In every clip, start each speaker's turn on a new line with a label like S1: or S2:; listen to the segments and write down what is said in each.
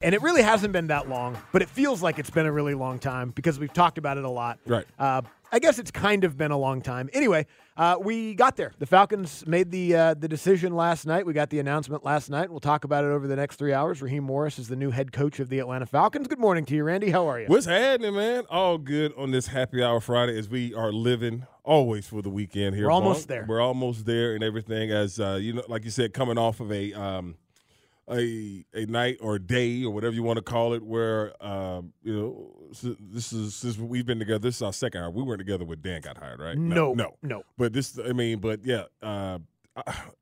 S1: And it really hasn't been that long, but it feels like it's been a really long time because we've talked about it a lot.
S2: Right.
S1: Uh, I guess it's kind of been a long time. Anyway, uh, we got there. The Falcons made the uh, the decision last night. We got the announcement last night. We'll talk about it over the next three hours. Raheem Morris is the new head coach of the Atlanta Falcons. Good morning to you, Randy. How are you?
S2: What's happening, man? All good on this happy hour Friday as we are living always for the weekend here.
S1: We're almost
S2: Monk.
S1: there.
S2: We're almost there and everything as uh, you know, like you said, coming off of a um, a a night or day or whatever you want to call it, where um, you know s- this is since we've been together. This is our second hour. We weren't together when Dan got hired, right?
S1: No.
S2: no,
S1: No.
S2: But this, I mean, but yeah, uh,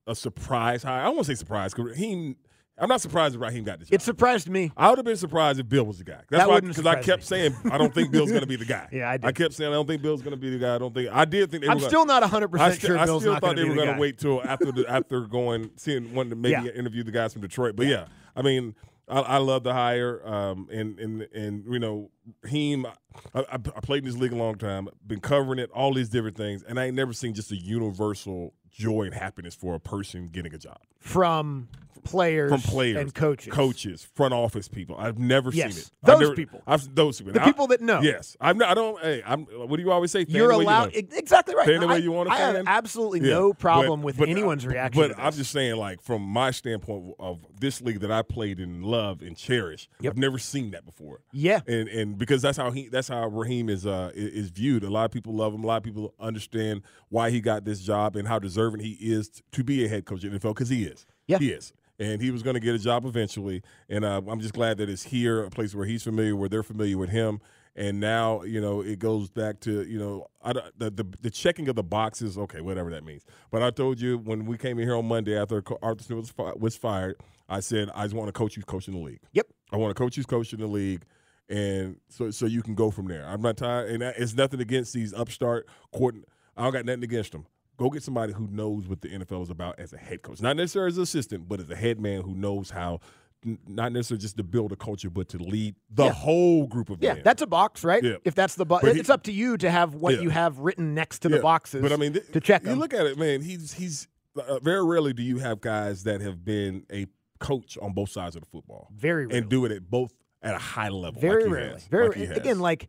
S2: a surprise hire. I won't say surprise because he. I'm not surprised if Raheem got this. job.
S1: It surprised me.
S2: I would have been surprised if Bill was the guy. That's
S1: That
S2: why
S1: wouldn't
S2: because I
S1: surprise
S2: kept
S1: me.
S2: saying I don't think Bill's going to be the guy.
S1: Yeah, I did.
S2: I kept saying I don't think Bill's going to be the guy. I don't think I did think they
S1: I'm
S2: were gonna-
S1: still not 100%
S2: I, st-
S1: sure
S2: I
S1: Bill's
S2: still
S1: not going
S2: thought they
S1: to be
S2: were
S1: the
S2: gonna
S1: guy.
S2: wait till after the, after going seeing wanting to maybe
S1: Yeah.
S2: interview the guys from Detroit. But yeah, I mean, I, I love the hire. Um, and and and you know, Heem, I, I, I played in this league a long time, been covering it, all these different things, and I ain't never seen just a universal joy and happiness for a person getting a job
S1: From players,
S2: from players
S1: and coaches.
S2: coaches, front office people. I've never
S1: Yes.
S2: seen it. I've
S1: Those
S2: never-
S1: people.
S2: I've, those people,
S1: The people that know.
S2: Yes, I'm not. I don't. Hey, I'm. What do you always say? Fan
S1: You're
S2: the way you
S1: allowed
S2: want.
S1: e- exactly right.
S2: Fan the
S1: I-
S2: way you want to
S1: I have
S2: fan.
S1: absolutely
S2: Yeah,
S1: no
S2: but-
S1: problem with
S2: but-
S1: anyone's reaction.
S2: But
S1: to
S2: I'm
S1: this.
S2: just saying, like from my standpoint of this league that I played in, love and cherish.
S1: Yep.
S2: I've never seen that before.
S1: Yeah.
S2: and and because that's how he that's how Raheem is uh i- is viewed. A lot of people love him. A lot of people understand why he got this job and how deserving he is t- to be a head coach in the NFL because he is.
S1: Yeah.
S2: he is. And he was going to get a job eventually, and uh, I'm just glad that it's here, a place where he's familiar, where they're familiar with him, and now you know it goes back to you know I, don't- the, the the checking of the boxes, okay, whatever that means. But I told you when we came in here on Monday after Co- Arthur Smith was, fi- was fired, I said I just want to coach who's coaching the league.
S1: Yep.
S2: I want a coach who's coaching the league, and so so you can go from there. I'm not tired, and I- it's nothing against these upstart court. I don't got nothing against them. Go get somebody who knows what the NFL is about as a head coach, not necessarily as an assistant, but as a head man who knows how, n- not necessarily just to build a culture, but to lead the
S1: Yeah.
S2: whole group of
S1: Yeah,
S2: men.
S1: that's a box, right?
S2: Yeah.
S1: If that's the box,
S2: But he-
S1: it's up to you to have what
S2: Yeah.
S1: you have written next to the
S2: Yeah,
S1: boxes.
S2: But I mean, th-
S1: to check
S2: You
S1: them.
S2: look at it, man. He's he's uh, very rarely do you have guys that have been a coach on both sides of the football
S1: very rarely.
S2: and do it at both at a high level.
S1: very
S2: like he
S1: rarely.
S2: has,
S1: very
S2: like he has.
S1: again, like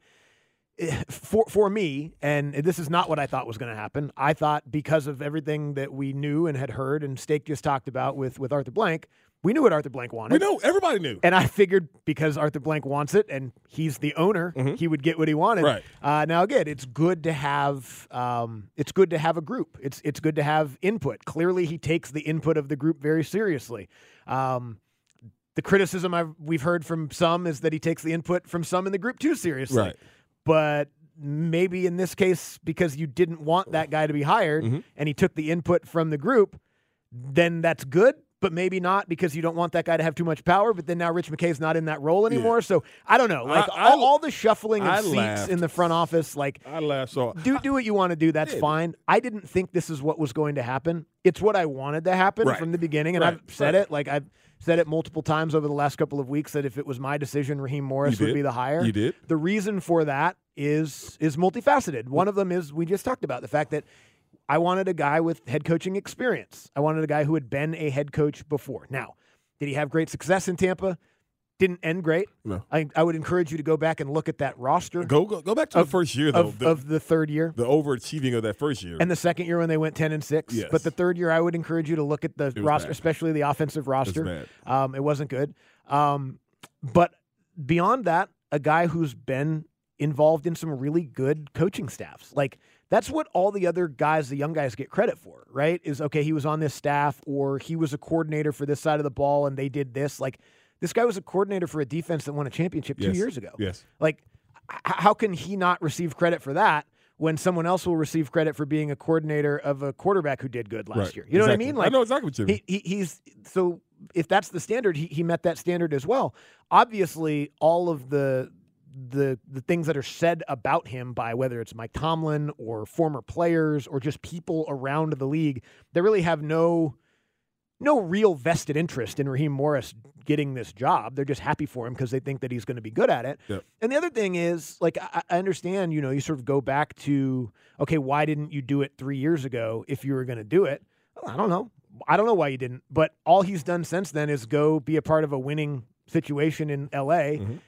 S1: eh, for for me, and this is not what I thought was going to happen. I thought because of everything that we knew and had heard, and Stake just talked about with with Arthur Blank, we knew what Arthur Blank wanted.
S2: We know everybody knew.
S1: And I figured because Arthur Blank wants it and he's the owner, he would get what he wanted.
S2: Mm-hmm. Right.
S1: Uh, now again, it's good to have um, it's good to have a group. It's it's good to have input. Clearly, he takes the input of the group very seriously. Um, the criticism I've, we've heard from some is that he takes the input from some in the group too seriously.
S2: Right.
S1: But maybe in this case, because you didn't want that guy to be hired
S2: Mm-hmm.
S1: and he took the input from the group, then that's good. But maybe not because you don't want that guy to have too much power. But then now Rich McKay's not in that role anymore. So I don't know. Like
S2: I-
S1: all,
S2: I-
S1: all the shuffling of
S2: I
S1: seats
S2: laughed.
S1: in the front office, like
S2: I laughed. So
S1: do do what you want to do. That's fine. I didn't think this is what was going to happen. It's what I wanted to happen
S2: Right.
S1: from the beginning, and
S2: Right.
S1: I've said
S2: Right.
S1: it. Like I've said it multiple times over the last couple of weeks that if it was my decision, Raheem Morris
S2: You
S1: would
S2: did.
S1: be the hire.
S2: You did.
S1: The reason for that is is multifaceted. One of them is we just talked about the fact that. I wanted a guy with head coaching experience. I wanted a guy who had been a head coach before. Now, did he have great success in Tampa? Didn't end great.
S2: No.
S1: I, I would encourage you to go back and look at that roster
S2: go go, go back to
S1: Of-
S2: the first year though.
S1: of,
S2: the,
S1: of the third year.
S2: the overachieving of that first year.
S1: And the second year when they went ten and six,
S2: Yes.
S1: but the third year I would encourage you to look at the
S2: was
S1: roster,
S2: bad.
S1: especially the offensive roster.
S2: bad.
S1: Um, it wasn't good. Um, but beyond that, a guy who's been involved in some really good coaching staffs, like that's what all the other guys, the young guys, get credit for, right? Is okay, he was on this staff, or he was a coordinator for this side of the ball, and they did this. Like this guy was a coordinator for a defense that won a championship two
S2: Yes.
S1: years ago.
S2: Yes.
S1: Like, h- how can he not receive credit for that when someone else will receive credit for being a coordinator of a quarterback who did good last
S2: Right.
S1: year? You know
S2: Exactly.
S1: what I mean? Like,
S2: I know exactly what you mean.
S1: he, he, he's so if that's the standard, he, he met that standard as well. Obviously, all of the the the things that are said about him by whether it's Mike Tomlin or former players or just people around the league, they really have no no real vested interest in Raheem Morris getting this job. They're just happy for him because they think that he's going to be good at it.
S2: Yep.
S1: And the other thing is, like, I, I understand, you know, you sort of go back to, okay, why didn't you do it three years ago if you were going to do it? Well, I don't know. I don't know why you didn't. But all he's done since then is go be a part of a winning situation in LA,
S2: Mhm.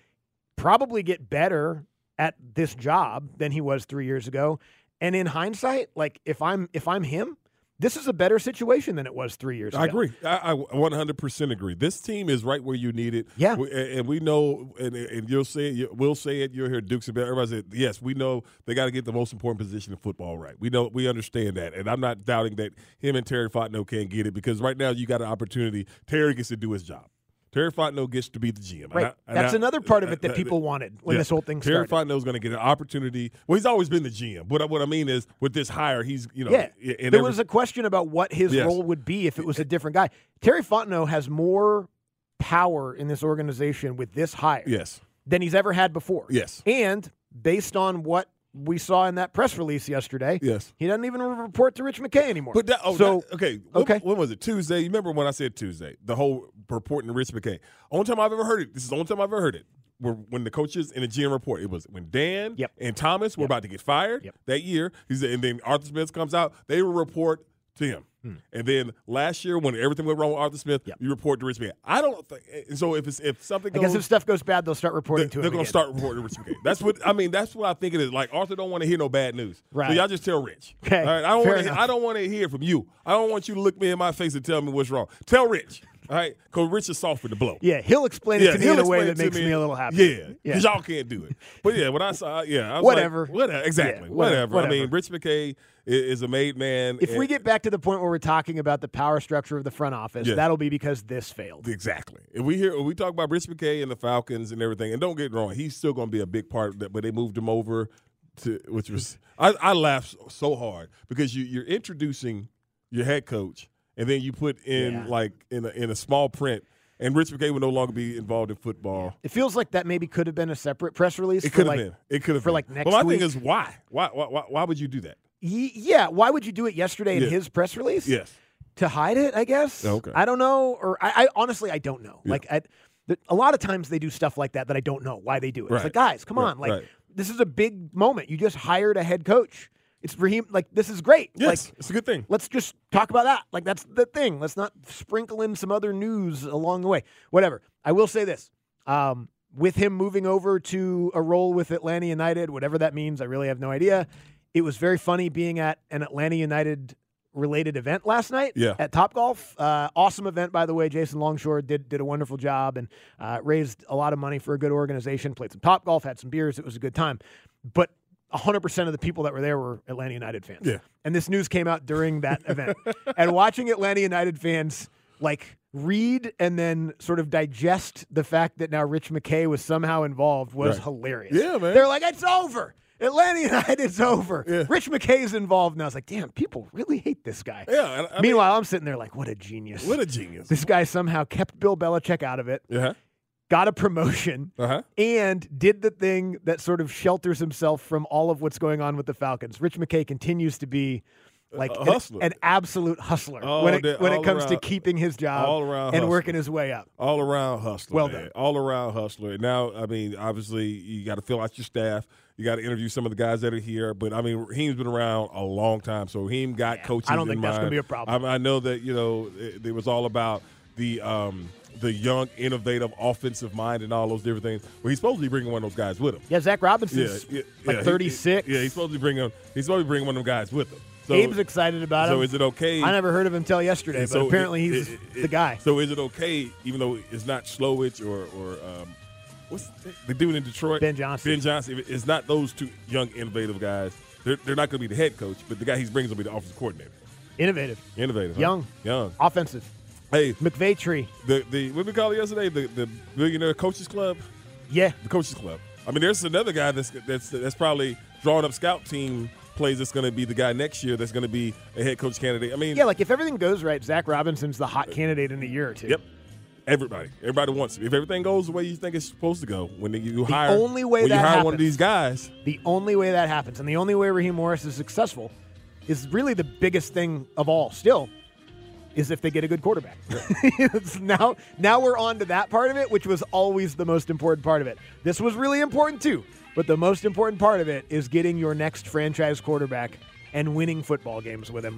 S1: probably get better at this job than he was three years ago. And in hindsight, like if I'm if I'm him, this is a better situation than it was three years
S2: I
S1: ago.
S2: agree. I, I 100% agree. This team is right where you need it.
S1: Yeah.
S2: We, and, and we know, and, and you'll say it, you, we'll say it, you'll hear Dukes and Bell. Everybody said, yes, we know they got to get the most important position in football right. We know, we understand that. And I'm not doubting that him and Terry Fontenot can get it because right now you got an opportunity. Terry gets to do his job. Terry Fontenot gets to be the GM. And
S1: Right.
S2: I- and
S1: That's
S2: I-
S1: another part of it
S2: I-
S1: that
S2: I-
S1: people wanted when
S2: yeah.
S1: this whole thing
S2: Terry
S1: started.
S2: Fontenot's going to get an opportunity. Well, he's always been the GM. But what I mean is, with this hire, he's you know,
S1: Yeah.
S2: and
S1: there
S2: every-
S1: was a question about what his
S2: Yes.
S1: role would be if it was a different guy. Terry Fontenot has more power in this organization with this hire
S2: yes,
S1: than he's ever had before.
S2: yes,
S1: And based on what we saw in that press release yesterday,
S2: yes.
S1: he doesn't even report to Rich McKay anymore.
S2: But that, oh,
S1: so
S2: that- okay, when,
S1: okay.
S2: When was it? Tuesday. You remember when I said Tuesday? The whole reporting to Rich McKay. Only time I've ever heard it. This is the only time I've ever heard it. Where when the coaches in the GM report, it was when Dan
S1: Yep.
S2: and Thomas were about to get fired
S1: Yep.
S2: that year. He said, and then Arthur Smith comes out. They report to him. And then last year, when everything went wrong with Arthur Smith,
S1: Hmm. Yep.
S2: you report to Rich McKay. I don't think. And so if it's if something
S1: I
S2: goes,
S1: guess if stuff goes bad, they'll start
S2: they-
S1: reporting to him.
S2: they're going to
S1: again.
S2: start reporting Rich McKay. That's what I mean. That's what I think it is. Like Arthur don't want to hear no bad news.
S1: Right.
S2: So y'all just tell Rich.
S1: Okay,
S2: All right. I don't
S1: fair
S2: want to.
S1: enough.
S2: I don't want to hear from you. I don't want you to look me in my face and tell me what's wrong. Tell Rich. All right. Because Rich is soft with the blow.
S1: Yeah, he'll explain it to me
S2: he'll
S1: in a way
S2: explain
S1: that
S2: to
S1: makes me, a little happy.
S2: Yeah,
S1: Yeah.
S2: because y'all can't do it. But yeah, when I saw, yeah, I was
S1: Whatever.
S2: like, whatever, exactly,
S1: Yeah, whatever,
S2: whatever. I mean,
S1: whatever.
S2: Rich McKay i- is a made man.
S1: If we
S2: and-
S1: get back to the point where we're talking about the power structure of the front office,
S2: Yeah.
S1: that'll be because this failed.
S2: Exactly. If we hear we talk about Rich McKay and the Falcons and everything, and don't get wrong, he's still going to be a big part of that. But they moved him over to which was I, I laughed so- so hard because you, you're introducing your head coach, and then you put in
S1: Yeah.
S2: like in a, in a small print, and Rich McKay will no longer be involved in football.
S1: It feels like that maybe could have been a separate press release.
S2: It
S1: for,
S2: could have
S1: like,
S2: been. It could have
S1: for,
S2: been.
S1: like, next
S2: But my
S1: week?
S2: thing is why? Why? Why? Why, why would you do that?
S1: Ye- yeah, why would you do it yesterday in
S2: Yeah.
S1: his press release?
S2: Yes.
S1: to hide it, I guess.
S2: Okay.
S1: I don't know, or I, I honestly I don't know.
S2: Yeah.
S1: Like I, th- a lot of times they do stuff like that that I don't know why they do it. It's
S2: Right.
S1: like guys, come
S2: Right,
S1: on, like
S2: right.
S1: this is a big moment. You just hired a head coach. It's Raheem. Like this is great.
S2: Yes.
S1: Like
S2: it's a good thing.
S1: let's just talk about that. Like that's the thing. Let's not sprinkle in some other news along the way. Whatever. I will say this. Um, with him moving over to a role with Atlanta United, whatever that means, I really have no idea. It was very funny being at an Atlanta United related event last night
S2: Yeah.
S1: at Top Golf. Uh, awesome event, by the way. Jason Longshore did did a wonderful job and uh, raised a lot of money for a good organization. Played some Top Golf, had some beers. It was a good time. But 100% of the people that were there were Atlanta United fans.
S2: Yeah.
S1: And this news came out during that event. and watching Atlanta United fans like read and then sort of digest the fact that now Rich McKay was somehow involved was
S2: Right.
S1: hilarious.
S2: Yeah, man.
S1: They're like, it's over. Atlanta United's over.
S2: Yeah.
S1: Rich McKay's involved now. It's like, damn, people really hate this guy.
S2: Yeah. and I mean,
S1: Meanwhile, I'm sitting there like, what a genius.
S2: what a genius.
S1: this guy somehow kept Bill Belichick out of it,
S2: Uh huh.
S1: got a promotion,
S2: Uh huh.
S1: and did the thing that sort of shelters himself from all of what's going on with the Falcons. Rich McKay continues to be like
S2: A
S1: an-
S2: hustler.
S1: An, absolute hustler
S2: Oh,
S1: when it,
S2: that-
S1: when it
S2: all
S1: comes to
S2: around-
S1: keeping his job
S2: all around
S1: Um, and
S2: hustler.
S1: working his way up.
S2: All around hustler.
S1: Well
S2: man.
S1: done.
S2: All around hustler. Now, I mean, obviously, you got to fill out your staff. You got to interview some of the guys that are here. But I mean, Raheem's been around a long time, so Raheem got
S1: Yeah,
S2: coaches.
S1: I don't think
S2: in
S1: that's gonna
S2: mind.
S1: be a problem.
S2: I, I know that you know it, it was all about the um, the young, innovative, offensive mind, and all those different things. Well, he's supposed to be bringing one of those guys with him.
S1: Yeah, Zach Robinson's like
S2: he-
S1: 36.
S2: yeah, he's supposed to be bringing. He's supposed to be bringing one of them guys with him. So,
S1: Abe's excited about
S2: so
S1: him.
S2: is it okay?
S1: I never heard of him till yesterday, but
S2: so
S1: apparently
S2: it-
S1: he's
S2: it- it-
S1: the guy.
S2: So is it okay, even though it's not Slowich or or um, what's the- the dude in Detroit?
S1: Ben Johnson.
S2: Ben Johnson. If It's not those two young innovative guys. They're, they're not going to be the head coach, but the guy he's bringing will be the offensive coordinator.
S1: Innovative,
S2: Innovative, huh?
S1: Young.
S2: young.
S1: offensive.
S2: Hey,
S1: McVay tree.
S2: the the what we call it yesterday the the billionaire coaches club,
S1: Yeah.
S2: the coaches club. I mean, there's another guy that's that's that's probably drawing up scout team plays. That's going to be the guy next year. That's going to be a head coach candidate. I mean,
S1: Yeah, like if everything goes right, Zach Robinson's the hot candidate in a year or two.
S2: Uh, Yep. Everybody, everybody wants it. If everything goes the way you think it's supposed to go, when you- you hire
S1: only way
S2: when
S1: that
S2: you hire one
S1: happens-
S2: of these guys,
S1: The only way that happens, and the only way Raheem Morris is successful, is really the biggest thing of all. Still, is if they get a good quarterback. It's now, now we're on to that part of it, which was always the most important part of it. This was really important too, but the most important part of it is getting your next franchise quarterback and winning football games with him